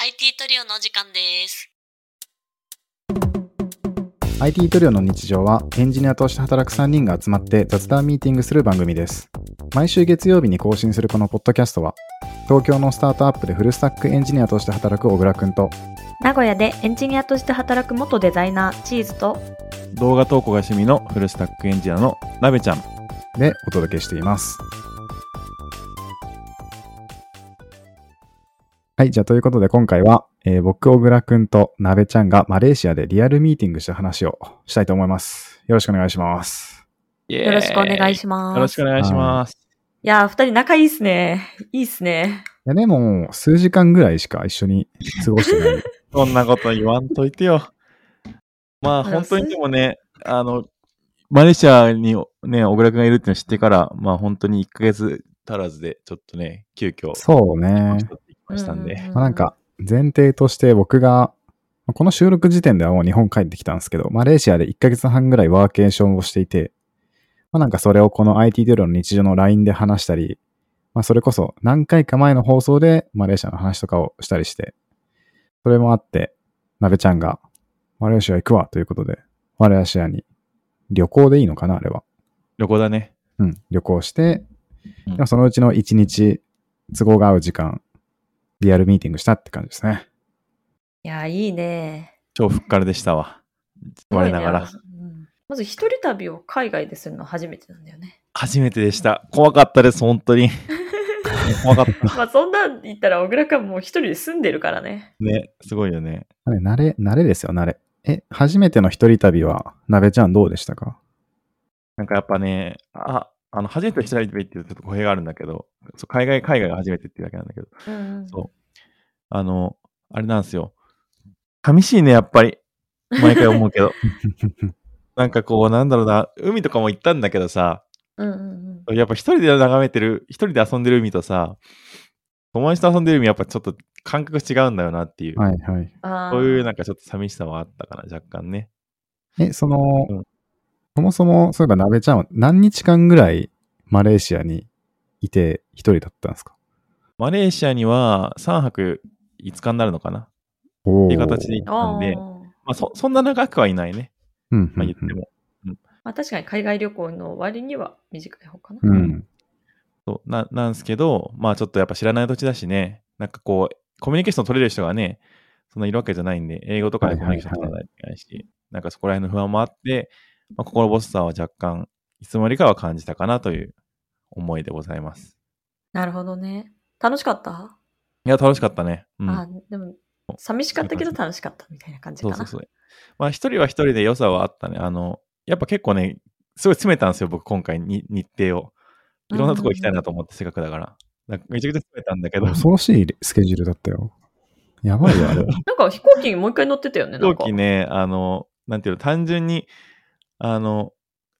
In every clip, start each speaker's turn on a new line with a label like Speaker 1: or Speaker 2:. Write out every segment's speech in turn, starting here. Speaker 1: IT トリオのお時間です。
Speaker 2: IT トリオの日常はエンジニアとして働く3人が集まって雑談ミーティングする番組です。毎週月曜日に更新するこのポッドキャストは、東京のスタートアップでフルスタックエンジニアとして働く小倉くんと、
Speaker 3: 名古屋でエンジニアとして働く元デザイナーチーズと
Speaker 4: 動画投稿が趣味のフルスタックエンジニアのなべちゃん。
Speaker 2: でお届けしています。はい、じゃあということで今回は、えー僕、小倉くんとなべちゃんがマレーシアでリアルミーティングした話をしたいと思います。よろしくお願いします。
Speaker 4: よ
Speaker 3: よろしくお願い
Speaker 4: し
Speaker 3: します。
Speaker 4: よろしくお願いします。
Speaker 3: いやー、二人仲いいっすね。いいっすね。
Speaker 2: いや、でも、数時間ぐらいしか一緒に過ごしてない
Speaker 4: そんなこと言わんといてよ。まあ
Speaker 3: あら
Speaker 4: 本当にでもね、あの、マレーシアにね、小倉くんがいるっていうのを知ってから、まあ本当に1ヶ月足らずで、ちょっとね、急遽、
Speaker 2: そうね。
Speaker 4: ってきましたんで。
Speaker 2: まあ、なんか、前提として僕が、まあこの収録時点ではもう日本帰ってきたんですけど、マレーシアで1ヶ月半ぐらいワーケーションをしていて、まあ、なんかそれをこの IT デュロの日常の LINE で話したり、まあ、それこそ何回か前の放送でマレーシアの話とかをしたりして、それもあって、なべちゃんが、マレーシア行くわということで、マレーシアに旅行でいいのかな、あれは。
Speaker 4: 旅行だね。
Speaker 2: うん、旅行して、
Speaker 4: うん
Speaker 2: でもそのうちの1日、都合が合う時間、リアルミーティングしたって感じですね。
Speaker 3: いやー、いいね。
Speaker 4: 超ふっからでしたわ。我ながら
Speaker 3: す。ごいね。うんまず一人旅を海外でするのは初めてなんだよね。
Speaker 4: 初めてでした。怖かったです、本 当に。怖かった。
Speaker 3: まあそんなん言ったら小倉くんもう一人で住んでるからね。
Speaker 4: ね、すごいよね。
Speaker 2: あれ、慣れ、慣れですよ、慣れ。え、初めての一人旅は、なべちゃんどうでした か
Speaker 4: なんかやっぱね、あ、あの、初めての一人旅っていうとちょっと語弊があるんだけど、そう海外、海外が初めてっていうだけなんだけど、
Speaker 3: うん
Speaker 4: そうあの、あれなんですよ。寂しいね、やっぱり。毎回思 うけど。なんかこう、なんだろうな、海とかも行ったんだけどさ、
Speaker 3: うんうん
Speaker 4: やっぱ一人で眺めてる、一人で遊んでる海とさ、友達と遊んでる海やっぱちょっと感覚違うんだよなっていう、
Speaker 2: はいはい。
Speaker 3: うん。あー
Speaker 4: そういうなんかちょっと寂しさはあったかな、若干ね。
Speaker 2: え、その、
Speaker 4: うん
Speaker 2: そもそも、そういえばなべちゃんは何日間ぐらいマレーシアにいて一人だったんですか
Speaker 4: マレーシアには3泊5日になるのかなっ
Speaker 2: お
Speaker 4: ていう形で行っ
Speaker 3: あ
Speaker 4: たんで、ま
Speaker 3: ー
Speaker 4: あそそんな長くはいないね。
Speaker 2: うん、う
Speaker 4: まあ言
Speaker 2: ん
Speaker 4: っても。
Speaker 3: まあ確かに海外旅行の割には短い方かな。
Speaker 2: うん。うん。
Speaker 4: そうななんですけど、まあちょっとやっぱ知らない土地だしね、なんかこう、コミュニケーション取れる人がね、そんないるわけじゃないんで、英語とかでコミュニケーション取らないといけないし、なんかそこら辺の不安もあって、まあ、心細さは若干、いつもよりかは感じたかなという思いでございます。
Speaker 3: なるほどね。楽しかった
Speaker 4: いや、楽しかったね。うん。
Speaker 3: あでも寂しかったけど楽しかったみたいな感じ
Speaker 4: そ
Speaker 3: か
Speaker 4: う
Speaker 3: な。
Speaker 4: そうそう。まあ一人は一人で良さはあったね。あの、やっぱ結構ね、すごい詰めたんですよ、僕今回に日程を。いろんなとこ行きたいなと思って、せっかくだから。なんかめちゃくちゃ詰めたんだけど、
Speaker 2: 恐ろしいスケジュールだったよ。やばいよ、あ れ。
Speaker 3: なんか飛行機にもう一回乗ってたよね。
Speaker 4: 飛行機ね、あの、なんていうの、単純に、あの、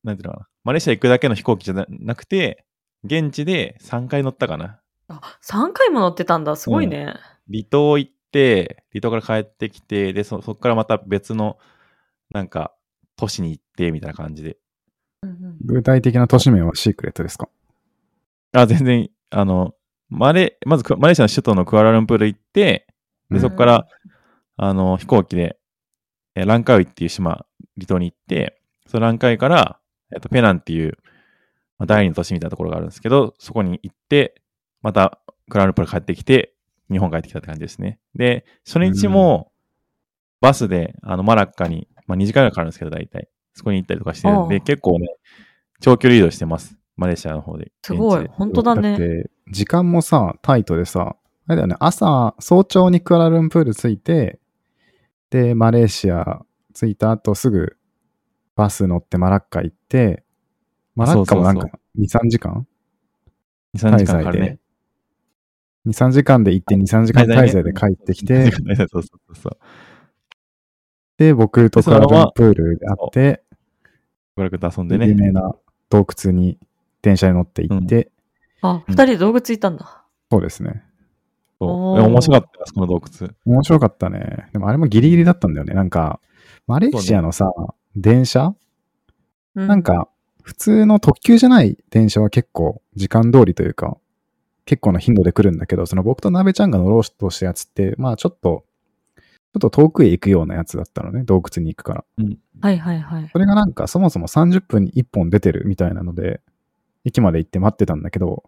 Speaker 4: なんていうのかな、マレーシア行くだけの飛行機じゃななくて、現地で3回乗ったかな。
Speaker 3: なんか。あ、3回も乗ってたんだ。すごいね。
Speaker 4: 離島行って、離島から帰ってきて、で、そそこからまた別の、なんか、都市に行って、みたいな感じで。
Speaker 3: うんうん
Speaker 2: 具体的な都市名はシークレットですか
Speaker 4: あ、全然、あの、マレ、まずクアマレーシアの首都のクアラルンプール行って、
Speaker 2: う
Speaker 4: で、
Speaker 2: ん
Speaker 4: そこから、あの、飛行機で、えーランカウイっていう島、離島に行って、そのランカウイから、えっと、ペナンっていう、まあ、第二の都市みたいなところがあるんですけど、そこに行って、また、クラウンプール帰ってきて、日本帰ってきたって感じですね。で、初日も、バスで、あの、マラッカに、まあ、2時間ぐらいかかるんですけど、大体。そこに行ったりとかしてるん
Speaker 3: お
Speaker 4: で、
Speaker 3: う
Speaker 4: 結構ね、長距離移動してます。マレーシアの方で。
Speaker 3: すごい。
Speaker 4: 現地で
Speaker 3: 本当だ
Speaker 2: っ
Speaker 3: ね。
Speaker 2: て、時間もさ、タイトでさ、あれだよね、朝、早朝にクアラルンプール着いて、で、マレーシア着いた後すぐ、バス乗ってマラッカ行って、マラッカもなん
Speaker 4: そう
Speaker 2: か2、3時間
Speaker 4: 2、3時間かかるね。
Speaker 2: ?2、3時間で行って2、3時間滞在で帰ってきて、
Speaker 4: そうそうそうそう。
Speaker 2: で、僕とクアラルンプールで会って、
Speaker 4: 娯楽と遊んでね
Speaker 2: 有。名な洞窟に電車に乗って行って、
Speaker 3: あ、
Speaker 4: う
Speaker 3: 2
Speaker 4: ん
Speaker 3: 人で道具ついたんだ。
Speaker 2: そうですね。
Speaker 4: そう
Speaker 3: おー
Speaker 4: いや面白かったです、この洞窟。
Speaker 2: 面白かったね。でもあれもギリギリだったんだよね。なんか、マレーシアのさ、電車
Speaker 3: う
Speaker 2: なん、か、普通の特急じゃない電車は結構時間通りというか、結構な頻度で来るんだけど、その僕と鍋ちゃんが乗ろうとしたやつって、まあちょっと、ちょっと遠くへ行くようなやつだったのね、洞窟に行くから。
Speaker 3: はいはいはい。
Speaker 2: それがなんかそもそも30分に1本出てるみたいなので、駅まで行って待ってたんだけど、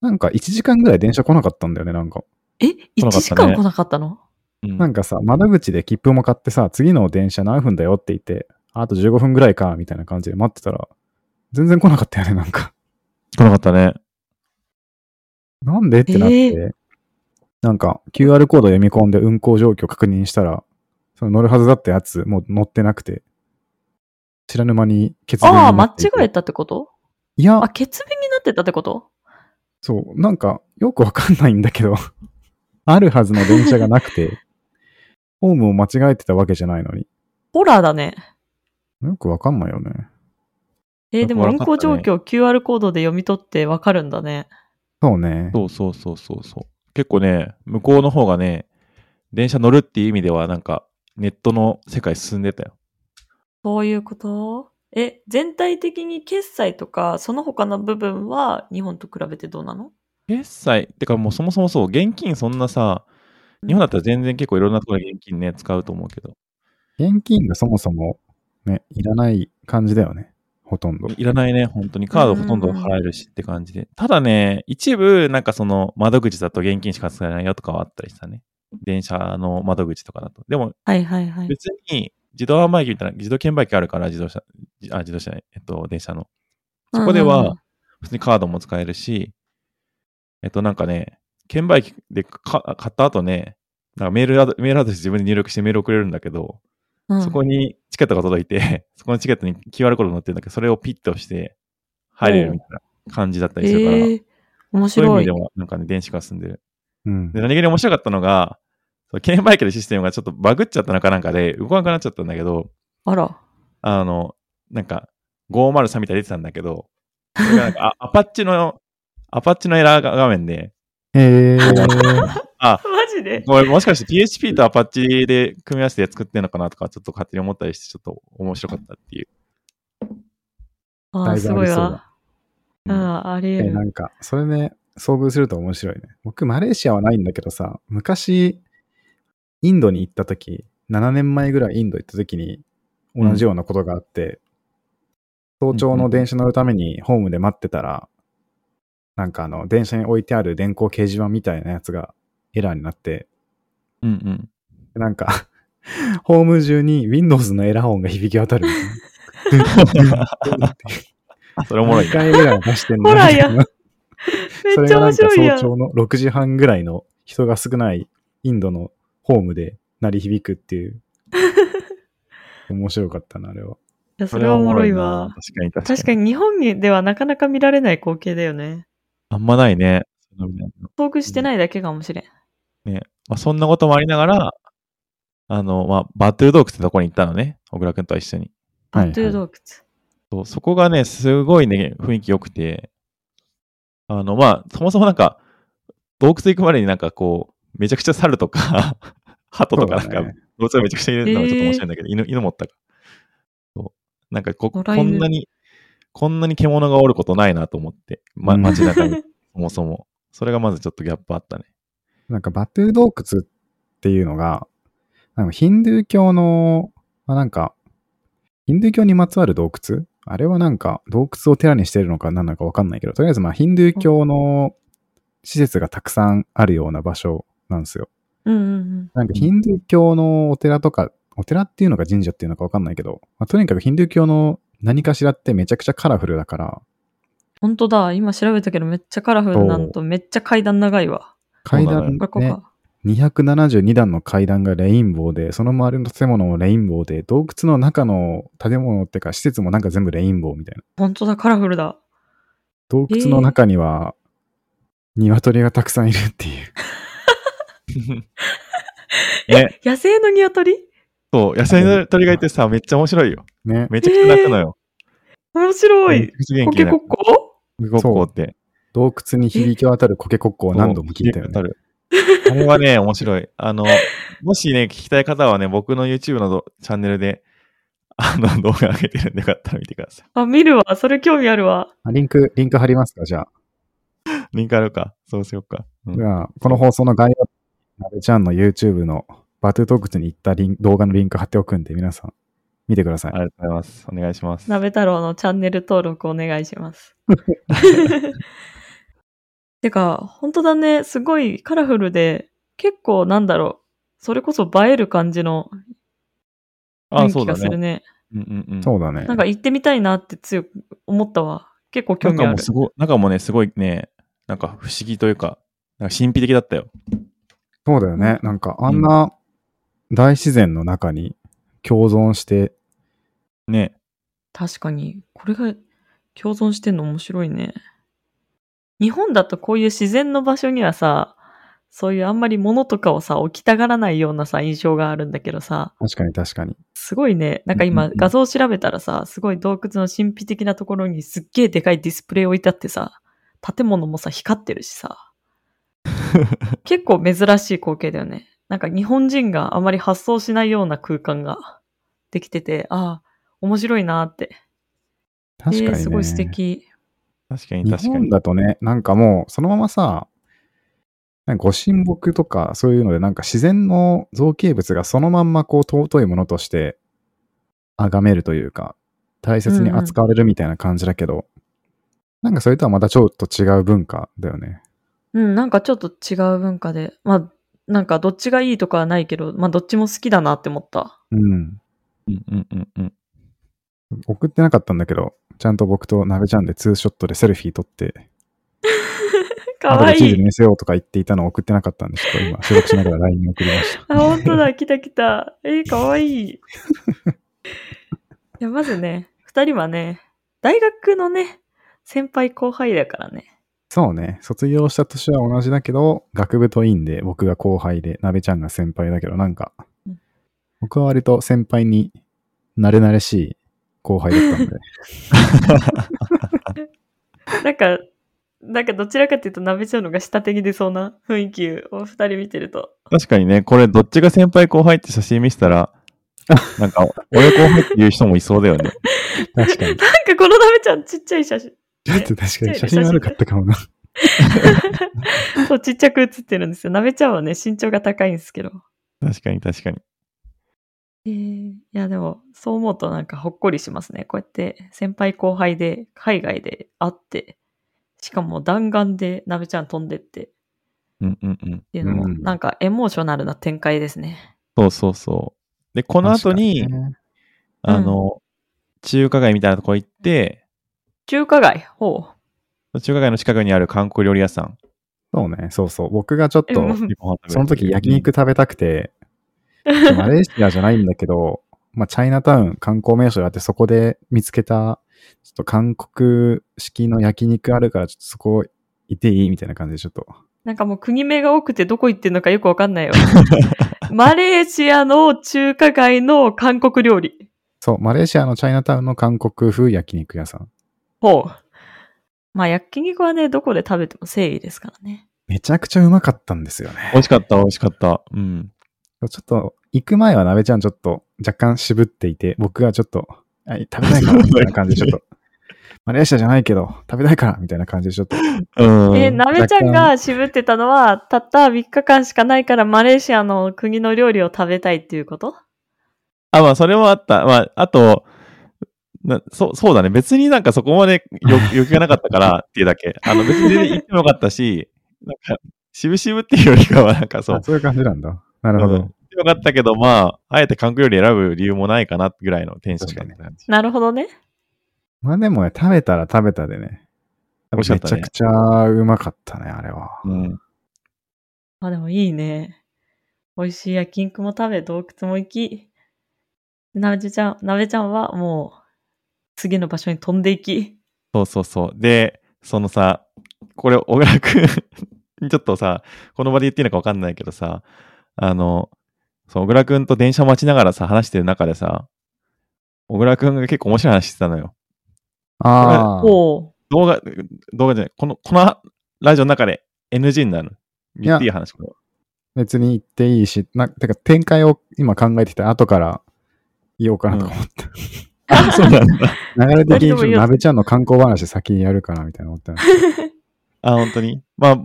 Speaker 2: なんか1時間ぐらい電車来なかったんだよね、なんか。
Speaker 3: え、
Speaker 4: 来
Speaker 3: 1
Speaker 4: なかったね
Speaker 3: 時間来なかったの
Speaker 4: うん
Speaker 2: なんかさ、窓口で切符も買ってさ、次の電車何分だよって言って、ああと15分ぐらいか、みたいな感じで待ってたら、全然来なかったよね、なんか。
Speaker 4: 来なかったね。
Speaker 2: なんでってなって、
Speaker 3: え
Speaker 2: なんか QR コード読み込んで運行状況確認したら、その乗るはずだったやつ、もう乗ってなくて、知らぬ間に欠便に
Speaker 3: あ
Speaker 2: な
Speaker 3: あ、間
Speaker 2: っていて
Speaker 3: 違えたってこと
Speaker 2: いや
Speaker 3: あ、、欠便になってたってこと
Speaker 2: そう、なんかよくわかんないんだけど、 あるはずの電車がなくて、ホームを間違えてたわけじゃないのに、
Speaker 3: ホラーだね。
Speaker 2: よくわかんないよね。
Speaker 3: えーでも
Speaker 4: なん
Speaker 3: 運
Speaker 4: かわ
Speaker 3: 行
Speaker 4: か
Speaker 3: 状
Speaker 4: ったね
Speaker 3: 況 QR コードで読み取ってわかるんだね。
Speaker 2: そうね。
Speaker 4: そうそうそうそうそう。結構ね、向こうの方がね、電車乗るっていう意味では、なんか、ネットの世界進んでたよ。
Speaker 3: そういうことえ、全体的に決済とか、その他の部分は日本と比べてどうなの
Speaker 4: 決済、てかもうそもそもそう、現金そんなさ、日本だったら全然結構いろんなところで現金ね、使うと思うけど、
Speaker 2: 現金がそもそも、ね、いらない感じだよね。ほとんど。
Speaker 4: いらないね、本当に。カードほとんど払えるしって感じで。ただね、一部、なんかその、窓口だと現金しか使えないよとかはあったりしたね。電車の窓口とかだと。でも、
Speaker 3: はいはいはい。
Speaker 4: 別に、自動販売機みたいな、自動券売機あるから、自動車、あ、自動車じゃない、えっと、電車の。そこで
Speaker 3: うんうんう
Speaker 4: は
Speaker 3: ん、
Speaker 4: 普通にカードも使えるし、えっと、なんかね、券売機でか買った後ね、なんかメールアド、メールアドレス自分で入力してメール送れるんだけど、
Speaker 3: うん
Speaker 4: そこにチケットが届いて、 そこのチケットに QR コード載ってるんだけど、それをピッと押して入れるみたいな感じだったりするから、
Speaker 3: えー面
Speaker 4: そういう意
Speaker 3: 白
Speaker 4: 味
Speaker 3: い
Speaker 4: で。もなんかね、電子化が進んでる。
Speaker 2: うん
Speaker 4: で、。何気に面白かったのが、その券売機のシステムがちょっとバグっちゃったのかなんかで、動かなくなっちゃったんだけど、
Speaker 3: あら。
Speaker 4: あの、なんか、503みたいに出てたんだけど、それがなんか、あアパッチの、アパッチのエラーが画面で、
Speaker 2: えー、
Speaker 3: マジで
Speaker 4: これもしかして PHP とアパッチで組み合わせて作ってるのかなとか、ちょっと勝手に思ったりして、ちょっと面白かったっていう。
Speaker 3: あ
Speaker 2: だい
Speaker 3: ー
Speaker 2: ぶ
Speaker 3: すごい
Speaker 2: ありそう
Speaker 3: わ
Speaker 2: だ。
Speaker 3: うん、あり
Speaker 2: え
Speaker 3: 得
Speaker 2: な
Speaker 3: る。
Speaker 2: んか、それね、遭遇すると面白いね。僕、マレーシアはないんだけどさ、昔、インドに行った時、7年前ぐらいインド行った時に、同じようなことがあって、早朝の電車乗るためにホームで待ってたら、なんかあの、電車に置いてある電光掲示板みたいなやつがエラーになって、
Speaker 4: うんうん。
Speaker 2: なんか、 ホーム中に Windows のエラー音が響き渡るみ たいな。
Speaker 4: それおもろい
Speaker 2: 何回
Speaker 4: ね。
Speaker 2: ぐらい出してんの
Speaker 3: ホラーや
Speaker 2: みたいなそ
Speaker 3: めっ
Speaker 2: れ
Speaker 3: ち
Speaker 2: が
Speaker 3: ゃ
Speaker 2: な
Speaker 3: 面
Speaker 2: んか
Speaker 3: 白いや
Speaker 2: 早
Speaker 3: ん。
Speaker 2: 朝の6時半ぐらいの人が少ないインドのホームで鳴り響くって いう。面白かったな、あれは。
Speaker 3: いやそれはおもろいわ。
Speaker 4: 確かに確かに。
Speaker 3: 確かに日本ではなかなか見られない光景だよね。
Speaker 4: あんまないね。そういうのね
Speaker 3: 遭遇してないだけかもしれん。
Speaker 4: まあ、そんなこともありながら、あの、まあ、バトル洞窟ってとこに行ったのね。小倉くんと一緒に。
Speaker 2: はいはい
Speaker 3: バトゥー洞窟。
Speaker 4: そうそこがね、すごいね、雰囲気良くて、あの、まあ、そもそもなんか、洞窟行くまでになんかこう、めちゃくちゃ猿とか、 鳩とかなん
Speaker 2: そう
Speaker 4: か、
Speaker 2: だね
Speaker 4: 動物がめちゃくちゃいるのがちょっと面白いんだけど、犬、犬持ったか。そう。なんかこ、こ
Speaker 3: 野良犬
Speaker 4: んなに、こんなに獣がおることないなと思って、ま、
Speaker 2: うん
Speaker 4: 街中に、 そもそも。それがまずちょっとギャップあったね。
Speaker 2: なんかバトゥー洞窟っていうのが、なんかヒンドゥー教の、まあ、なんか、ヒンドゥー教にまつわる洞窟あれはなんか洞窟を寺にしてるのか何なのかわかんないけど、とりあえずまあヒンドゥー教の施設がたくさんあるような場所なんですよ。
Speaker 3: うんうん
Speaker 2: なんかヒンドゥー教のお寺とか、お寺っていうのか神社っていうのかわかんないけど、まあ、とにかくヒンドゥー教の何かしらってめちゃくちゃカラフルだから、
Speaker 3: 本当だ。今調べたけどめっちゃカラフルなんとめっちゃ階段長いわ。
Speaker 2: 階
Speaker 4: そうだ
Speaker 2: 段
Speaker 4: ね
Speaker 3: これこう
Speaker 2: ね、
Speaker 3: か。
Speaker 2: 272段の階段がレインボーで、その周りの建物もレインボーで、洞窟の中の建物ってか施設もなんか全部レインボーみたいな。
Speaker 3: 本当だ、カラフルだ。
Speaker 2: 洞窟の中には、鶏がたくさんいるっていう。
Speaker 4: ね、
Speaker 3: 野生の鶏
Speaker 4: そう、野生の鳥がいてさ、めっちゃ面白いよ。
Speaker 2: ね。
Speaker 4: めちゃくちゃ泣くのよ。
Speaker 3: 面白
Speaker 4: めち
Speaker 3: い
Speaker 4: ゃ。くち
Speaker 3: コケ
Speaker 4: ゃ元気で泣
Speaker 3: コッ
Speaker 4: く。
Speaker 3: コ
Speaker 4: ごっこって。
Speaker 2: 洞窟に響き渡るコケコッコを何度も聞いたよね。
Speaker 4: ね。あれはね、面白 い。あの、もしね、聞きたい方はね、僕の YouTube のどチャンネルで、あの、 動画上げてるんで、よかったら見てください。
Speaker 3: あ、見るわ。それ興味あるわ。
Speaker 2: あリンク、リンク貼りますかじゃあ。
Speaker 4: リンクあるか。そうしようか。うん
Speaker 2: じゃあ、この放送の概要に、なべちゃんの YouTube のバトゥートークスに行ったリン動画のリンク貼っておくんで、皆さん見てください
Speaker 4: あ。りがとうございます。お願いします。
Speaker 3: 鍋太郎のチャンネル登録お願いし ます。てか、本当だね。すごいカラフルで、結構なんだろう。それこそ映える感じの
Speaker 4: あ、
Speaker 3: 雰
Speaker 4: そ
Speaker 3: 囲
Speaker 4: う
Speaker 3: 気
Speaker 4: だ
Speaker 3: がする
Speaker 4: ね。
Speaker 3: ね。
Speaker 4: うんうんうん。
Speaker 2: そうだね
Speaker 3: なん。か行ってみたいなって強く思ったわ。結構興味
Speaker 4: 中
Speaker 3: あ
Speaker 4: も
Speaker 3: る。
Speaker 4: すごい、中もね、すごいね、なんか不思議というか、なんか神秘的だったよ。
Speaker 2: そうだよね。なんか、あんな大自然の中に共存して、
Speaker 4: ね。
Speaker 3: 確かに。これが共存してんの面白いね。日本だとこういう自然の場所にはさ、そういうあんまり物とかをさ、置きたがらないようなさ、印象があるんだけどさ、
Speaker 2: 確かに確かに。
Speaker 3: すごいね、なんか
Speaker 4: うん
Speaker 3: 今
Speaker 4: うんうん
Speaker 3: 画像を調べたらさ、すごい洞窟の神秘的なところにすっげえでかいディスプレイ置いてあってさ、建物もさ、光ってるし さ、結構珍しい光景だよね。なんか日本人があまり発想しないような空間ができてて、ああ、面白いなーって。
Speaker 2: 確かに、
Speaker 3: え
Speaker 2: ね
Speaker 3: ーすごい素敵。
Speaker 4: 確かに
Speaker 2: 日
Speaker 4: 確かに
Speaker 2: 本。だとね、なんかもう、そのままさ、なんかご神木とかそういうので、なんか自然の造形物がそのまんまこう尊いものとして崇めるというか、大切に扱われるみたいな感じだけど、なんかそれとはまたちょっと違う文化だよね。
Speaker 3: うん、なんかちょっと違う文化で。まあ、なんかどっちがいいとかはないけど、まあどっちも好きだなって思った。
Speaker 2: うん。
Speaker 4: うんうんうんうん。
Speaker 2: 送ってなかったんだけど、ちゃんと僕と鍋ちゃんでツーショットでセルフィー撮って、
Speaker 3: かわ
Speaker 2: 後で
Speaker 3: い
Speaker 2: チーズに
Speaker 3: い。
Speaker 2: 見せようとか言っていたのを送ってなかったんで、ちょっと今、収録しながら LINE に送りました。
Speaker 3: あ、本当だ、来た来た。えー、かわいい。いや、まずね、二人はね、大学のね、先輩後輩だからね。
Speaker 2: そうね。卒業した年は同じだけど、学部と院で僕が後輩で、なべちゃんが先輩だけど、なんか
Speaker 3: うん、
Speaker 2: 僕は割と先輩に慣れ慣れしい後輩だ ったので、
Speaker 3: なんか、なんかどちらかっていうと、鍋ちゃんのが下手に出そうな雰囲気を二人見てると。
Speaker 4: 確かにね、これどっちが先輩後輩って写真見せ たら、なんか、俺後輩っていう人もいそうだよね。
Speaker 2: 確かに。ち
Speaker 3: なんかこの鍋ちゃんちっちゃい写真。
Speaker 2: ょっと確かに写真悪かったかもな。
Speaker 3: そう、ちっちゃく写ってるんですよ。鍋ちゃんはね、身長が高いんですけど。
Speaker 4: 確かに確かに。
Speaker 3: えーいやでもそう思うとなんかほっこりしますねこうやって先輩後輩で海外で会ってしかも弾丸でなべちゃん飛んでってっ
Speaker 4: うんうんうん。
Speaker 3: ていうのも
Speaker 2: うん
Speaker 3: なんかエモーショナルな展開ですね、
Speaker 4: そうそうそう。で、こ
Speaker 2: こ
Speaker 4: の後に、
Speaker 3: うん
Speaker 4: あの、中華街みたいなとこ行って、
Speaker 3: 中華街ほう
Speaker 4: 中華街の近くにある韓国料理屋さん。
Speaker 2: そうね。そうそう。僕がちょっと、
Speaker 3: うん
Speaker 2: その 時焼肉食べたく て、マレーシアじゃないんだけど、まあ、チャイナタウン観光名所があって、そこで見つけた、ちょっと韓国式の焼肉あるから、ちょっとそこ行っていいみたいな感じで、ちょっと。
Speaker 3: なんかもう国名が多くてどこ行ってんのかよくわかんないよマレーシアの中華街の韓国料理
Speaker 2: そう、マレーシアのチャイナタウンの韓国風焼肉屋さん。
Speaker 3: ほうまあ焼肉はねどこで食べても誠意ですからね
Speaker 2: めちゃくちゃうまかったんですよね。
Speaker 4: 美味しかった、美味しかった。うん。
Speaker 2: ちょっと、行く前はなべちゃんちょっと若干渋っていて、僕がちょっと、あ食べたいから、みたいな感じで ちょっと、マレーシアじゃないけど、食べたいから、みたいな感じでちょっと、
Speaker 4: うん。
Speaker 3: え、なべちゃんが渋ってたのは、たった3日間しかないから、マレーシアの国の料理を食べたいっていうこと
Speaker 4: あ、まあ、それもあった。まあ、あと、なそう、そうだね。別になんかそこまで よ欲がなかったからっていうだけ。あの、別に全然行ってもよかったし、なんか、渋々っていうよりかは、なんかそ
Speaker 2: そうう、。そういう感じなんだ。 なるほ
Speaker 4: うん
Speaker 2: ど。
Speaker 4: 行ってもよかったけど、まあ、あえて韓国料理選ぶ理由もないかなぐらいのテンションだった。
Speaker 3: なるほどね。
Speaker 2: まあでもね、食べたら食べたでね。
Speaker 4: 美味しかった
Speaker 2: め
Speaker 4: ね
Speaker 2: ちゃくちゃうまかったね、あれは。
Speaker 4: うん。
Speaker 3: まあでもいいね。美味しい焼肉も食べ、洞窟も行き、なべちゃん、なべちゃんはもう、次の場所に飛んでいき。
Speaker 4: そうそうそう。で、そのさ、これ、小倉くん、 ちょっとさ、この場で言っていいのかわかんないけどさ、あの、そう、小倉くんと電車待ちながらさ、話してる中でさ、小倉くんが結構面白い話してたのよ。
Speaker 2: ああ、
Speaker 3: おう
Speaker 4: 動画、動画じゃない、この、このラジオの中で NG になる。言っていい話これ
Speaker 2: 別に行っていいし、な、てか展開を今考えてきて、後から言おうかなとか思った。
Speaker 4: あ、そうなんだ。
Speaker 2: 流れ的にちょっ
Speaker 3: 何でもいい
Speaker 2: と
Speaker 3: よ
Speaker 2: 鍋ちゃんの観光話先にやるかなみたいな思ったんですけど
Speaker 4: あ、本当に。まあ、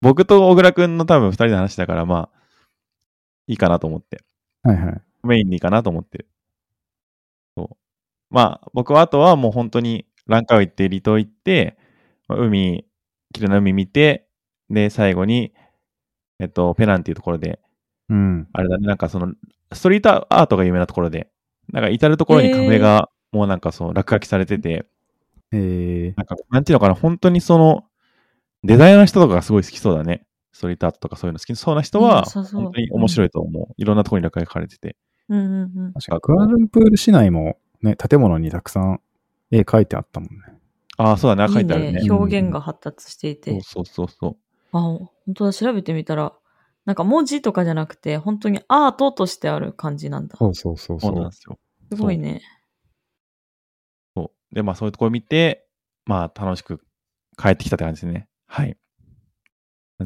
Speaker 4: 僕と小倉くんの多分二人の話だから、まあ、いいかなと思って。
Speaker 2: はいはい。
Speaker 4: メインにいいかなと思って。そう。まあ、僕はあとはもう本当に、蘭カウ行って、離島行って、まあ海、綺麗な海見て、で、最後に、えっと、ペナンっていうところで、
Speaker 2: うん。
Speaker 4: あれだね、なんかその、ストリートアートが有名なところで、なんか至るところにカフェが、もうなんかそう、落書きされてて、
Speaker 2: えー、
Speaker 4: なんか、なんていうのかな、本当にその、デザイナーの人とかがすごい好きそうだね。ストリートアートとかそういうの好きそうな人
Speaker 3: いい
Speaker 4: は、
Speaker 3: よそうそう
Speaker 4: 本当に面白いと思う。いろんなところに落書き書かれてて。
Speaker 3: うんうんうん。
Speaker 2: 確かクアルンプール市内もね、建物にたくさん絵描いてあったもんね。
Speaker 4: ああ、そうだね、書いてあるね。
Speaker 3: いいね。表現が発達していて。
Speaker 4: そうそうそうそう。
Speaker 3: あ、本当だ、調べてみたら、なんか文字とかじゃなくて、本当にアートとしてある感じなんだ。
Speaker 2: そうそうそう
Speaker 4: そ
Speaker 2: そう
Speaker 4: なん
Speaker 2: う
Speaker 4: で。すよ。
Speaker 3: すごいね。
Speaker 4: そうで、まあそういうところ見て、まあ楽しく帰ってきたって感じですね。はい。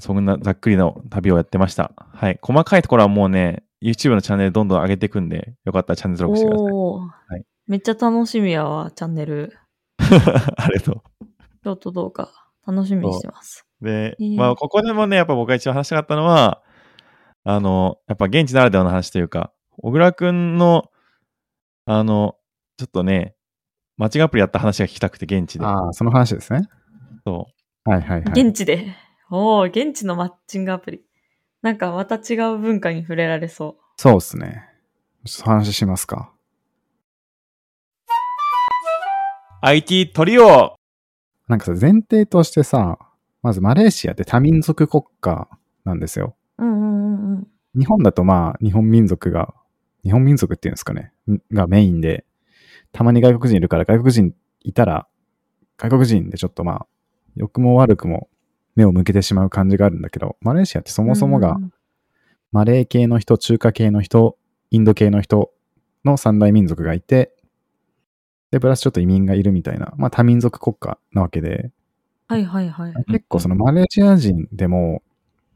Speaker 4: そんなざっくりの旅をやってました。はい。細かいところはもうね、YouTube のチャンネルどんどん上げていくんで、よかったらチャンネル登録して
Speaker 3: おー、
Speaker 4: はい
Speaker 3: めっちゃ楽しみやわ、チャンネル。
Speaker 4: ください。 ありがと
Speaker 3: ショート動画、楽しみにしてます。
Speaker 4: う。で、
Speaker 3: いい
Speaker 4: まあここでもね、やっぱ僕が一番話したかったのは、あの、やっぱ現地ならではの話というか、小倉くんの、あの、ちょっとね、マッチングアプリやった話が聞きたくて、現地で。
Speaker 2: ああ、その話ですね。
Speaker 4: そう。
Speaker 2: はいはいはい。
Speaker 3: 現地で。 おお、現地のマッチングアプリ。なんかまた違う文化に触れられそ
Speaker 2: そうですね。ちょっと話しますか。
Speaker 4: IT トリオ
Speaker 2: なんかさ、前提としてさ、まずマレーシアって多民族国家なんですよ。
Speaker 3: う。うんうんうんうん。
Speaker 2: 日本だとまあ、日本民族が、日本民族っていうんですかね、んがメインで、たまに外国人いるから、外国人いたら、外国人でちょっとまあ、良くも悪くも目を向けてしまう感じがあるんだけど、マレーシアってそもそもが
Speaker 3: うんう、ん
Speaker 2: マレー系の人、中華系の人、インド系の人の三大民族がいて、で、プラスちょっと移民がいるみたいな、まあ多民族国家なわけで、
Speaker 3: はいはいはい。
Speaker 2: 結構そのマレーシア人でも、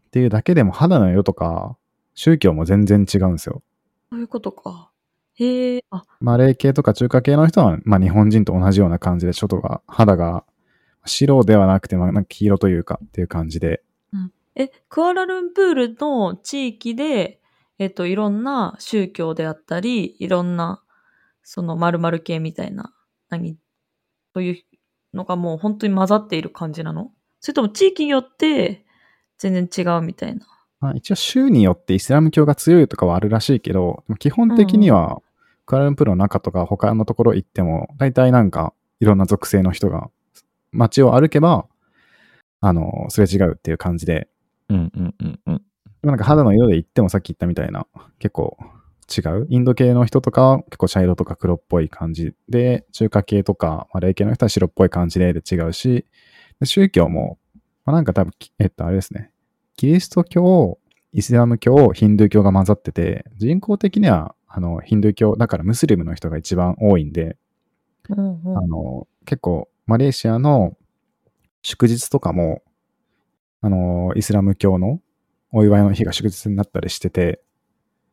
Speaker 2: っていうだけでも肌の色とか、宗教も全然違うんですよ。
Speaker 3: そういうことか。へえ、あ、
Speaker 2: マレー系とか中華系の人は、まあ日本人と同じような感じで、ちょっとが肌が白ではなくて、まあなんか黄色というかっていう感じで、
Speaker 3: え、クアラルンプールの地域で、えっと、いろんな宗教であったり、いろんな、その、〇〇系みたいな、何、というのがもう本当に混ざっている感じなのそれとも地域によって全然違うみたいな。
Speaker 2: まあ、一応州によってイスラム教が強いとかはあるらしいけど、でも基本的にはクアラルンプールの中とか他のところ行っても、大体なんかいろんな属性の人が街を歩けば、あの、すれ違うっていう感じで、
Speaker 4: うんうんうんうん。
Speaker 2: でもなんか肌の色で言ってもさっき言ったみたいな、結構違う。インド系の人とかは結構茶色とか黒っぽい感じで、中華系とか、まあ、霊系の人は白っぽい感じでで違うし、で宗教も、まあ、なんか多分、きえっと、あれですね。キリスト教、イスラム教、ヒンドゥー教が混ざってて、人口的には、あの、ヒンドゥー教、だからムスリムの人が一番多いんで、
Speaker 3: うんうん
Speaker 2: あの、結構、マレーシアの祝日とかも、あの、イスラム教のお祝いの日が祝日になったりしてて、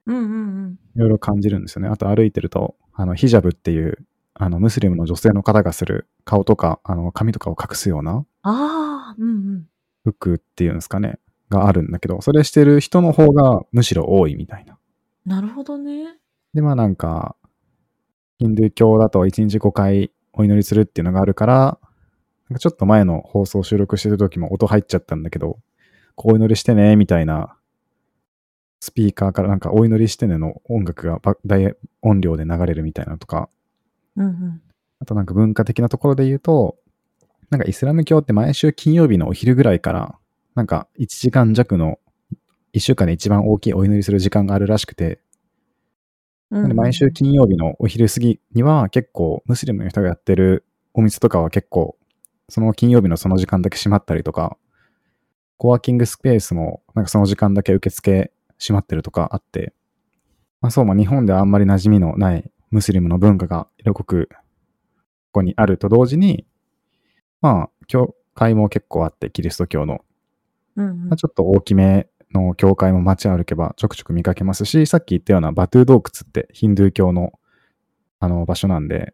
Speaker 3: うんうんうん。
Speaker 2: いろいろ感じるんですよね。あと歩いてると、あの、ヒジャブっていう、あの、ムスリムの女性の方がする顔とか、あの、髪とかを隠すような
Speaker 3: ああ、うんうん。
Speaker 2: 服っていうんですかね、があるんだけど、それしてる人の方がむしろ多いみたいな。
Speaker 3: なるほどね。
Speaker 2: で、まあなんか、ヒンドゥー教だと1日5回お祈りするっていうのがあるから、なんかちょっと前の放送収録してる時も音入っちゃったんだけど、こうお祈りしてね、みたいな、スピーカーからなんかお祈りしてねの音楽がば大音量で流れるみたいなのとか、
Speaker 3: うんうん。
Speaker 2: あとなんか文化的なところで言うと、なんかイスラム教って毎週金曜日のお昼ぐらいから、なんか1時間弱の、1週間で一番大きいお祈りする時間があるらしくて、
Speaker 3: うん
Speaker 2: な
Speaker 3: う
Speaker 2: ん
Speaker 3: ん
Speaker 2: で毎週金曜日のお昼過ぎには結構ムスリムの人がやってるお店とかは結構その金曜日のその時間だけ閉まったりとか、コワーキングスペースもなんかその時間だけ受付閉まってるとかあって、まあそう、まあ日本ではあんまり馴染みのないムスリムの文化が色濃くここにあると同時に、まあ教会も結構あって、キリスト教の
Speaker 3: うんうん
Speaker 2: まあ、ちょっと大きめの教会も街歩けばちょくちょく見かけますし、さっき言ったようなバトゥー洞窟ってヒンドゥー教のあの場所なんで、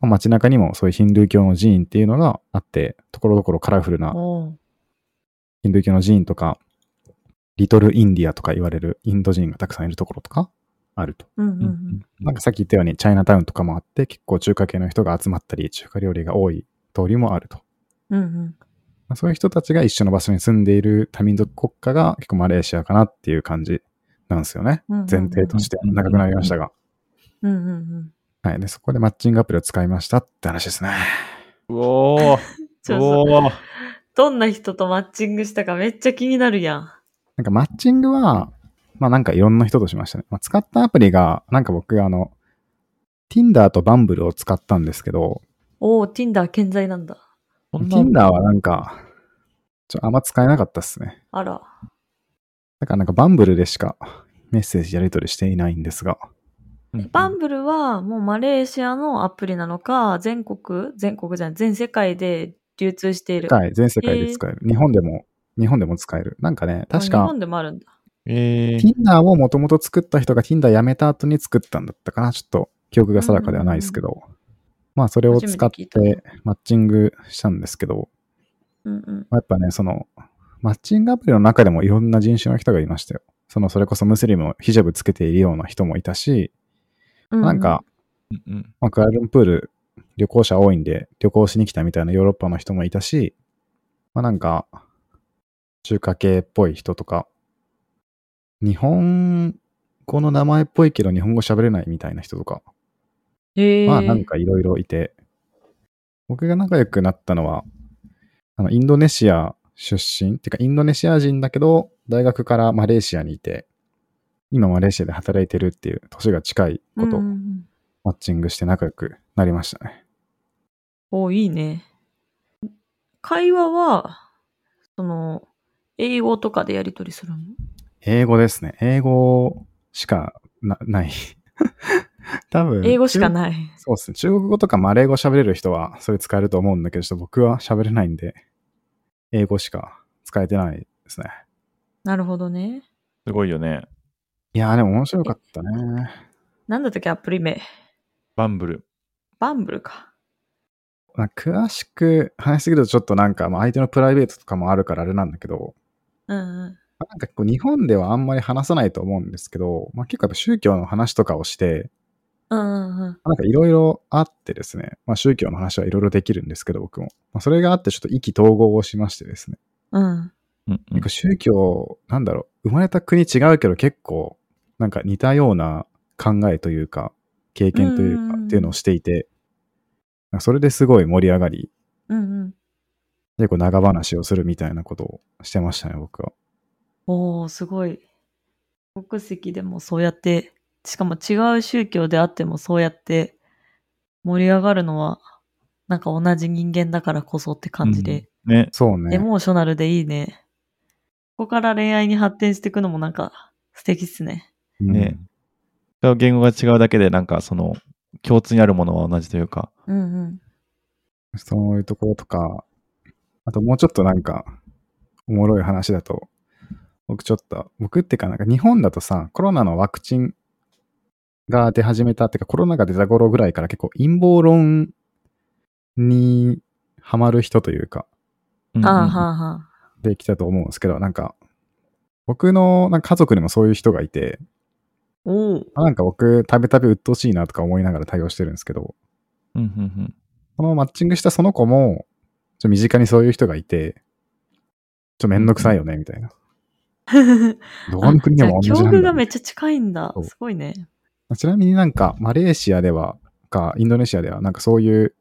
Speaker 2: まあ街中にもそういうヒンドゥー教の寺院っていうのがあって、ところどころカラフルな
Speaker 3: おう
Speaker 2: ヒンドゥー教の寺院とか、リトルインディアとか言われるインド人がたくさんいるところとかあると。
Speaker 3: うんうん
Speaker 4: う
Speaker 3: うんん。
Speaker 2: なんかさっき言ったようにチャイナタウンとかもあって、結構中華系の人が集まったり、中華料理が多い通りもあると。
Speaker 3: うんうん。
Speaker 2: まあそういう人たちが一緒の場所に住んでいる多民族国家が結構マレーシアかなっていう感じなんですよね。
Speaker 3: うんうんうん
Speaker 2: 前提として長くなりましたが。
Speaker 3: うんうんうん。
Speaker 2: はい。で、そこでマッチングアプリを使いましたって話ですね。
Speaker 4: うおー。
Speaker 3: ちょっと
Speaker 4: おー。
Speaker 3: どんな人とマッチングしたかめっちゃ気になるやん。
Speaker 2: なんかマッチングは、まあなんかいろんな人としましたね。まあ、使ったアプリが、なんか僕あの、Tinder と Bumble を使ったんですけど、
Speaker 3: おお、Tinder 健在なんだ。
Speaker 4: こんな
Speaker 2: Tinder はなんか、ちょあんま使えなかったっすね。
Speaker 3: あら。
Speaker 2: だからなんか Bumble でしかメッセージやり取りしていないんですが、
Speaker 4: うん
Speaker 3: バンブルはもうマレーシアのアプリなのか、全国、全国じゃない、全世界で流通している。
Speaker 2: 世界、全世界で使える。日本でも、日本でも使える。なんかね、確
Speaker 3: あ日
Speaker 2: か
Speaker 3: 本、でもあるんだ。
Speaker 4: えー。
Speaker 2: Tinder をもともと作った人が Tinder 辞めた後に作ったんだったかな。ちょっと記憶が定かではないですけど、まあそれを使っ
Speaker 3: 初めて聞い
Speaker 2: てマッチングしたんですけど、
Speaker 3: うんうん。
Speaker 2: やっぱね、その、マッチングアプリの中でもいろんな人種の人がいましたよ。その、それこそムスリムのヒジャブつけているような人もいたし、
Speaker 3: うう
Speaker 2: なんか、、
Speaker 4: うんうん
Speaker 2: まあ、クアラルンプール旅行者多いんで、旅行しに来たみたいなヨーロッパの人もいたし、まあなんか、中華系っぽい人とか、日本語の名前っぽいけど日本語喋れないみたいな人とか、
Speaker 3: へえ。
Speaker 2: まあなんかいろいろいて、僕が仲良くなったのは、あの、インドネシア出身、っていうかインドネシア人だけど、大学からマレーシアにいて、今マレーシアで働いてるっていう、年が近いこ
Speaker 3: う
Speaker 2: と
Speaker 3: んう、んうん
Speaker 2: マッチングして仲良くなりましたね。
Speaker 3: おいいね。会話は、その、英語とかでやり取りするの
Speaker 2: 英語ですね。英語しかなない。 多分。
Speaker 3: 英語しか
Speaker 2: い。
Speaker 3: ない。
Speaker 2: そうですね。中国語とかマレー語喋れる人はそれ使えると思うんだけど、ちょっと僕は喋れないんで、英語しか使えてないですね。
Speaker 3: なるほどね。
Speaker 4: すごいよね。
Speaker 2: いやーでも面白かったね。
Speaker 3: なんだったっけ、アプリ名。
Speaker 4: バンブル。
Speaker 3: バンブルか。
Speaker 2: まあ、詳しく話しすぎるとちょっとなんか、まあ、相手のプライベートとかもあるからあれなんだけど、
Speaker 3: うんうん。
Speaker 2: まあなんかこう日本ではあんまり話さないと思うんですけど、まあ、結構やっぱ宗教の話とかをして、
Speaker 3: うんうんうん。
Speaker 2: なんかいろいろあってですね、まあ、宗教の話はいろいろできるんですけど、僕も。まあ、それがあってちょっと意気投合をしましてですね。
Speaker 3: うん。
Speaker 4: うんうん
Speaker 2: 結構宗教、なんだろう、生まれた国違うけど結構、なんか似たような考えというか、経験というか、
Speaker 3: うん
Speaker 2: っていうのをしていて、なんかそれですごい盛り上がり、
Speaker 3: うんうん。
Speaker 2: 結構長話をするみたいなことをしてましたね、僕は。
Speaker 3: おー、すごい。国籍でもそうやって、しかも違う宗教であってもそうやって盛り上がるのは、なんか同じ人間だからこそって感じで、
Speaker 4: うんね。
Speaker 2: そう
Speaker 3: エ
Speaker 2: ね。
Speaker 3: モーショナルでいいね。ここから恋愛に発展していくのもなんか素敵っすね。
Speaker 2: うん
Speaker 4: ね違う言語が違うだけで、なんかその、共通にあるものは同じというか。
Speaker 3: うんうん。
Speaker 2: そういうところとか、あともうちょっとなんか、おもろい話だと、僕ちょっと、僕っていうかなんか日本だとさ、コロナのワクチンが出始めたっていうか、コロナが出た頃ぐらいから結構陰謀論にハマる人というか、
Speaker 4: うんうん
Speaker 3: あーはーはー
Speaker 2: できたと思うんですけど、なんか、僕のなんか家族にもそういう人がいて、
Speaker 3: おー。
Speaker 2: なんか僕、たびたび鬱陶しいなとか思いながら対応してるんですけど、
Speaker 4: うんうん
Speaker 2: そのマッチングしたその子も、ちょ身近にそういう人がいて、ちょめんどくさいよね、みたいな。 どこの国でも
Speaker 3: じ
Speaker 2: 同
Speaker 3: ゃあ
Speaker 2: じな
Speaker 3: 境遇
Speaker 2: ん
Speaker 3: が
Speaker 2: だ、
Speaker 3: めっちゃ近いんだ
Speaker 2: そ。う
Speaker 3: すごいね。
Speaker 2: ちなみになんか、マレーシアでは、か、インドネシアでは、なんかそういう、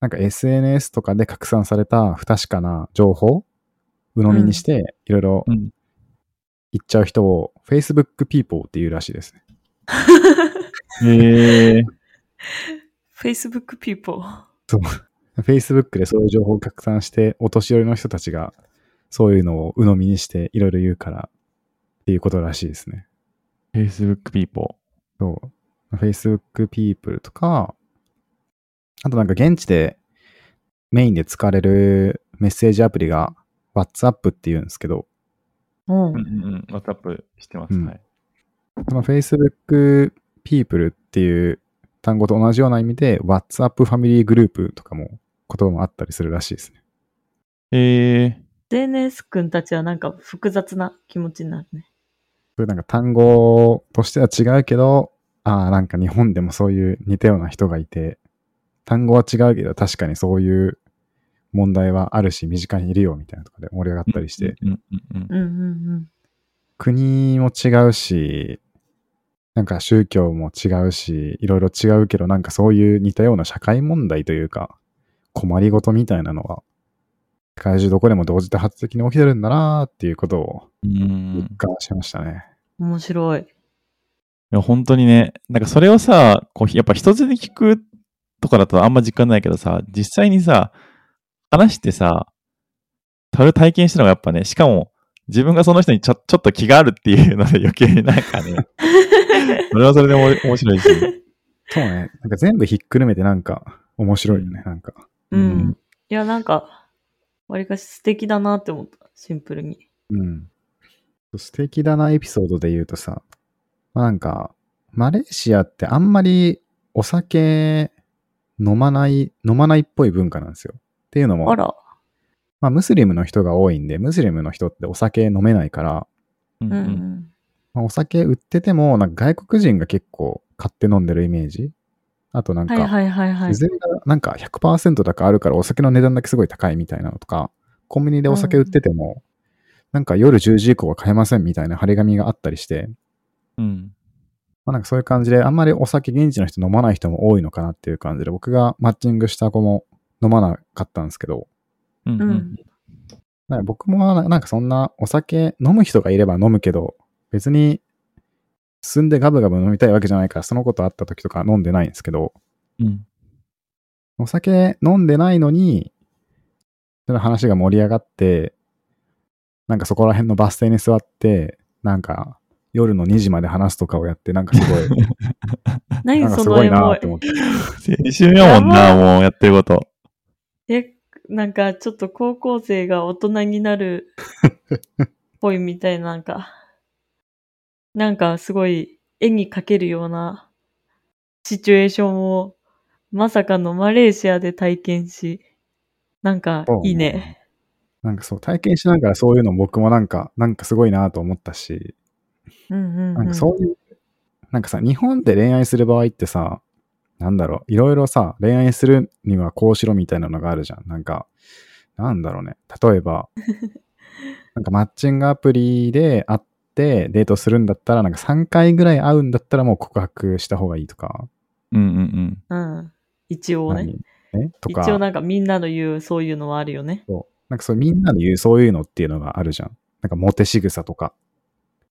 Speaker 2: なんか SNS とかで拡散された不確かな情報、鵜呑みにして、いろいろ
Speaker 4: うん
Speaker 2: 言っちゃう人を、Facebook People っていうらしいですね。
Speaker 4: うん。えー。
Speaker 3: Facebook people。
Speaker 2: Facebook でそういう情報を拡散して、お年寄りの人たちが、そういうのを鵜呑みにして、いろいろ言うから、っていうことらしいですね。
Speaker 4: Facebook people。
Speaker 2: そう。Facebook People とか、あとなんか現地でメインで使われるメッセージアプリが WhatsApp っていうんですけど、
Speaker 3: うん
Speaker 4: うん。うんうん。WhatsApp 知ってます。
Speaker 2: うん
Speaker 4: はい。
Speaker 2: その Facebook People っていう単語と同じような意味で、WhatsApp ファミリーグループとかも言葉もあったりするらしいですね。
Speaker 4: え
Speaker 3: SNS 君たちはなんか複雑な気持ちになるね。
Speaker 2: そういうなんか単語としては違うけど、ああ、なんか日本でもそういう似たような人がいて、単語は違うけど確かにそういう問題はあるし、身近にいるよみたいなとかで盛り上がったりし
Speaker 4: ー、
Speaker 2: て、
Speaker 4: うんうんうん
Speaker 3: うんうん
Speaker 2: 国も違うし、なんか宗教も違うし、いろいろ違うけど、なんかそういう似たような社会問題というか、困りごとみたいなのは、世界中どこでも同時多発的に起きてるんだなーっていうことを
Speaker 4: うん
Speaker 2: 実感しましたね。
Speaker 3: うん。面白い。
Speaker 4: いや、本当にね、なんかそれをさ、こう、やっぱ人づてに聞くとかだとあんま実感ないけどさ、実際にさ、話してさ、それを体験したのがやっぱね、しかも、自分がその人にちょちょっと気があるっていうので 余計になんかね、 それはそれでも面白い し。
Speaker 2: そうね。なんか全部ひっくるめてなんか面白いよね、なんか。
Speaker 3: う。
Speaker 4: うん
Speaker 3: いや、なんか、わりかし素敵だなって思った。シンプルに。
Speaker 2: うん。素敵だなエピソードで言うとさ、まあ、なんか、マレーシアってあんまりお酒飲まない、飲まないっぽい文化なんですよ。っていうのも
Speaker 3: あ、ら。
Speaker 2: まあ、ムスリムの人が多いんで、ムスリムの人ってお酒飲めないから、
Speaker 4: うん
Speaker 3: う
Speaker 4: うん
Speaker 3: うんん。
Speaker 2: まあ、お酒売ってても、なんか外国人が結構買って飲んでるイメージ。あとなんか、
Speaker 3: はいはいはいはい
Speaker 2: い。ずれがなんか100%だかあるからお酒の値段だけすごい高いみたいなのとか、コンビニでお酒売ってても、なんか夜10時以降は買えませんみたいな張り紙があったりして、
Speaker 4: うん
Speaker 2: まあ、なんかそういう感じで、あんまりお酒現地の人飲まない人も多いのかなっていう感じで、僕がマッチングした子も飲まなかったんですけど、
Speaker 4: うんうん
Speaker 2: なんか僕もななんかそんなお酒飲む人がいれば飲むけど、別に進んでガブガブ飲みたいわけじゃないから、そのことあった時とか飲んでないんですけど、
Speaker 4: うん
Speaker 2: お酒飲んでないのに、その話が盛り上がって、なんかそこら辺のバス停に座って、なんか夜の2時まで話すとかをやって、なんかすごい、な
Speaker 3: 何
Speaker 2: んか
Speaker 3: そ
Speaker 2: すご
Speaker 3: の
Speaker 2: い
Speaker 3: エ
Speaker 2: なー
Speaker 3: モい
Speaker 2: って。思って。
Speaker 4: 青春やもんな、もうやってること。
Speaker 3: え、なんかちょっと高校生が大人に なるっぽいみたいな、なんか、なんかすごい絵に描けるようなシチュエーションをまさかのマレーシアで体験し、なんかいいね。
Speaker 2: なんかそう、体験しながらそういうの僕もなんか、なんかすごいなと思ったし、
Speaker 3: うんうん、うん。
Speaker 2: なんかそういう、なんかさ、日本で恋愛する場合ってさ、なんだろう、いろいろさ、恋愛するにはこうしろみたいなのがあるじゃん。なんか、なんだろうね。例え ば、なんかマッチングアプリで会ってデートするんだったら、なんか3回ぐらい会うんだったらもう告白した方がいいとか、
Speaker 4: うん
Speaker 3: う
Speaker 4: うん
Speaker 3: ん。一応ね。
Speaker 2: 何えとか、
Speaker 3: 一応なんかみんなの言うそういうのはあるよね。
Speaker 2: そうなんかそうみんなの言うそういうのっていうのがあるじゃん。なんかモテ仕草とか。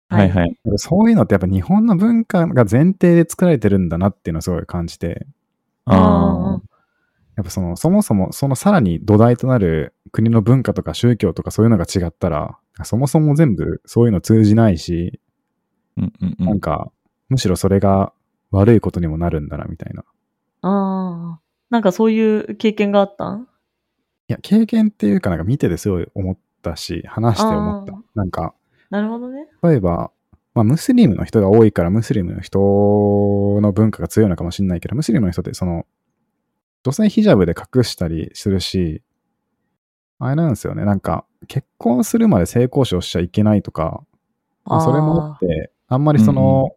Speaker 4: うん。はいはい。
Speaker 2: そういうのってやっぱ日本の文化が前提で作られてるんだなっていうのをすごい感じて、
Speaker 4: ああ。
Speaker 2: やっぱその、そもそもそのさらに土台となる国の文化とか宗教とかそういうのが違ったら、そもそも全部そういうの通じないし、
Speaker 4: うんうんう
Speaker 2: なん
Speaker 4: ん。
Speaker 2: か、むしろそれが悪いことにもなるんだなみたいな。
Speaker 3: ああ。なんかそういう経験があったん
Speaker 2: いや、経験っていうかなんか見てですごい思ったし、話して思っ
Speaker 3: あ
Speaker 2: た。なんか、
Speaker 3: なるほどね。
Speaker 2: 例えば、まあ、ムスリムの人が多いから、ムスリムの人の文化が強いのかもしれないけど、ムスリムの人って、その、女性ヒジャブで隠したりするし、あれなんですよね、なんか、結婚するまで性交渉しちゃいけないとか、まあそれもあって、あんまりその、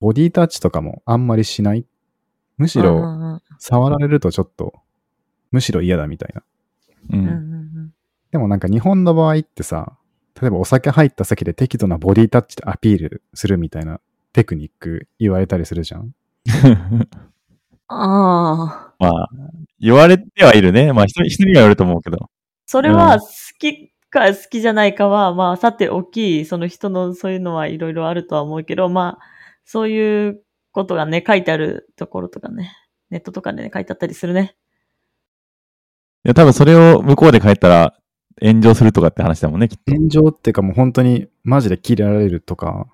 Speaker 2: ボディタッチとかもあんまりしない。むし
Speaker 3: うん
Speaker 2: ろ、
Speaker 3: うん
Speaker 2: 触られるとちょっと、むしろ嫌だみたいな。
Speaker 4: う
Speaker 3: うんうん
Speaker 4: ん
Speaker 3: うん
Speaker 2: でもなんか日本の場合ってさ、例えばお酒入った席で適度なボディタッチでアピールするみたいなテクニック言われたりするじゃん。
Speaker 3: ああ。
Speaker 4: まあ、言われてはいるね。まあ、人に人にはよると思うけど。
Speaker 3: それ
Speaker 4: う
Speaker 3: は
Speaker 4: ん
Speaker 3: 好きか好きじゃないかは、まあ、さておき、その人のそういうのはいろいろあるとは思うけど、まあ、そういうことがね、書いてあるところとかね、ネットとかでね、書いてあったりするね。
Speaker 4: いや、多分それを向こうで帰ったら炎上するとかって話だもんね、きっと。
Speaker 2: 炎上っていうかもう本当にマジで切れられるとか、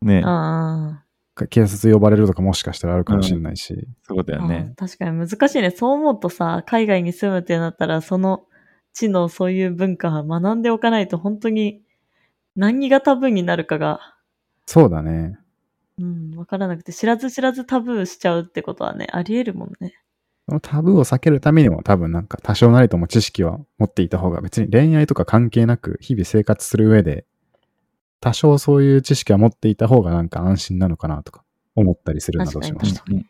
Speaker 4: ね
Speaker 3: あ
Speaker 2: 警察呼ばれるとかもしかしたらあるかもしれないし。
Speaker 4: そういうことだ
Speaker 3: あ、
Speaker 4: よね
Speaker 3: あ。あ確かに難しいね。そう思うとさ、海外に住むってなったら、その地のそういう文化は学んでおかないと、本当に何が多分になるかが
Speaker 2: そうだね。
Speaker 3: うん、わからなくて、知らず知らずタブーしちゃうってことはね、あり得るもんね。
Speaker 2: そのタブーを避けるためにも多分なんか多少なりとも知識は持っていた方が別に恋愛とか関係なく日々生活する上で多少そういう知識は持っていた方がなんか安心なのかなとか思ったりするなどしま
Speaker 3: 確
Speaker 2: し
Speaker 3: か
Speaker 2: た。
Speaker 3: に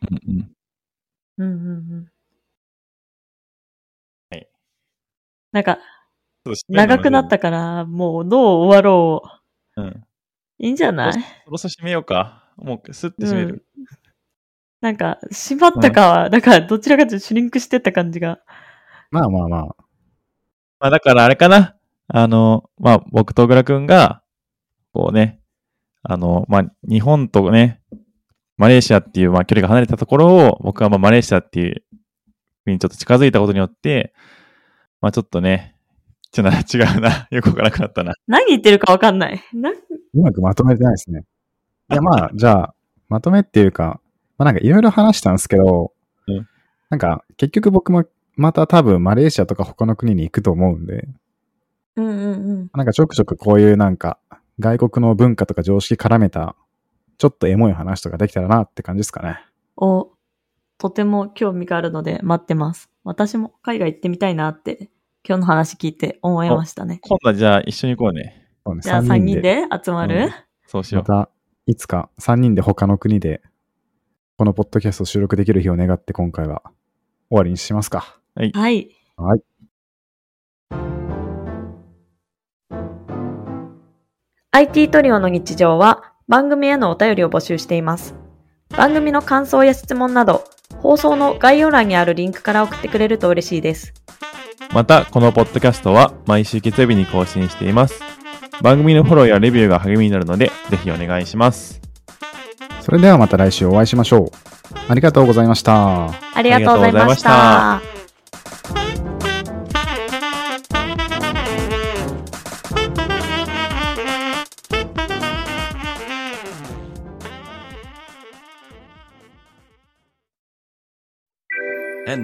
Speaker 3: うんうんうん。
Speaker 4: はい。
Speaker 3: なんか、
Speaker 4: うん
Speaker 3: 長くなっ。
Speaker 4: ちょと
Speaker 3: た
Speaker 4: 締めるの
Speaker 3: から、もうどう終わろう。
Speaker 4: でうん。
Speaker 3: いいんじゃない
Speaker 4: そろそろ締めようか。もう、スッて締める。
Speaker 3: なんか、閉まったかは、だからどちらかというとシュリンクしてった感じが。
Speaker 2: まあまあまあ、
Speaker 4: まあ、だからあれかな。あの、まあ、僕と小倉くんが、こうね、あの、まあ、日本とね、マレーシアっていう、まあ、距離が離れたところを、僕はまあ、マレーシアっていう国にちょっと近づいたことによって、まあ、ちょっとね、ちょっとな違うな。 よくわからなくなったな。
Speaker 3: 何言ってるかわかんない。な、
Speaker 2: うまくまとめてないですね。いやまあ、じゃあ、まとめっていうか、まあなんかいろいろ話したんですけど、
Speaker 4: うん
Speaker 2: なんか結局僕もまた多分マレーシアとか他の国に行くと思うんで、
Speaker 3: うんうんうん。
Speaker 2: なんかちょくちょくこういうなんか外国の文化とか常識絡めたちょっとエモい話とかできたらなって感じですかね。
Speaker 3: を、とても興味があるので待ってます。私も海外行ってみたいなって、今日の話聞いて思いましたね。
Speaker 4: 今度はじゃあ、一緒に行こうね。
Speaker 2: そうね、
Speaker 3: じゃあ3人で集まる、
Speaker 4: うんそうしよ
Speaker 2: ま
Speaker 4: う。
Speaker 2: たいつか3人で他の国でこのポッドキャストを収録できる日を願って今回は終わりにしますか。
Speaker 3: はい。
Speaker 2: はい。
Speaker 3: IT トリオの日常は番組へのお便りを募集しています。番組の感想や質問など、放送の概要欄にあるリンクから送ってくれると嬉しいです。
Speaker 4: また、このポッドキャストは毎週月曜日に更新しています。番組のフォローやレビューが励みになるので、ぜひお願いします。
Speaker 2: それではまた来週お会いしましょう。ありがとうございました。
Speaker 3: ありがとうございまし。
Speaker 4: ありがとうございました
Speaker 5: And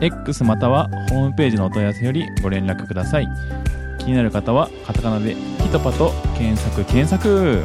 Speaker 4: X またはホームページのお問い合わせよりご連絡ください。気になる方はカタカナでピトパと検索検索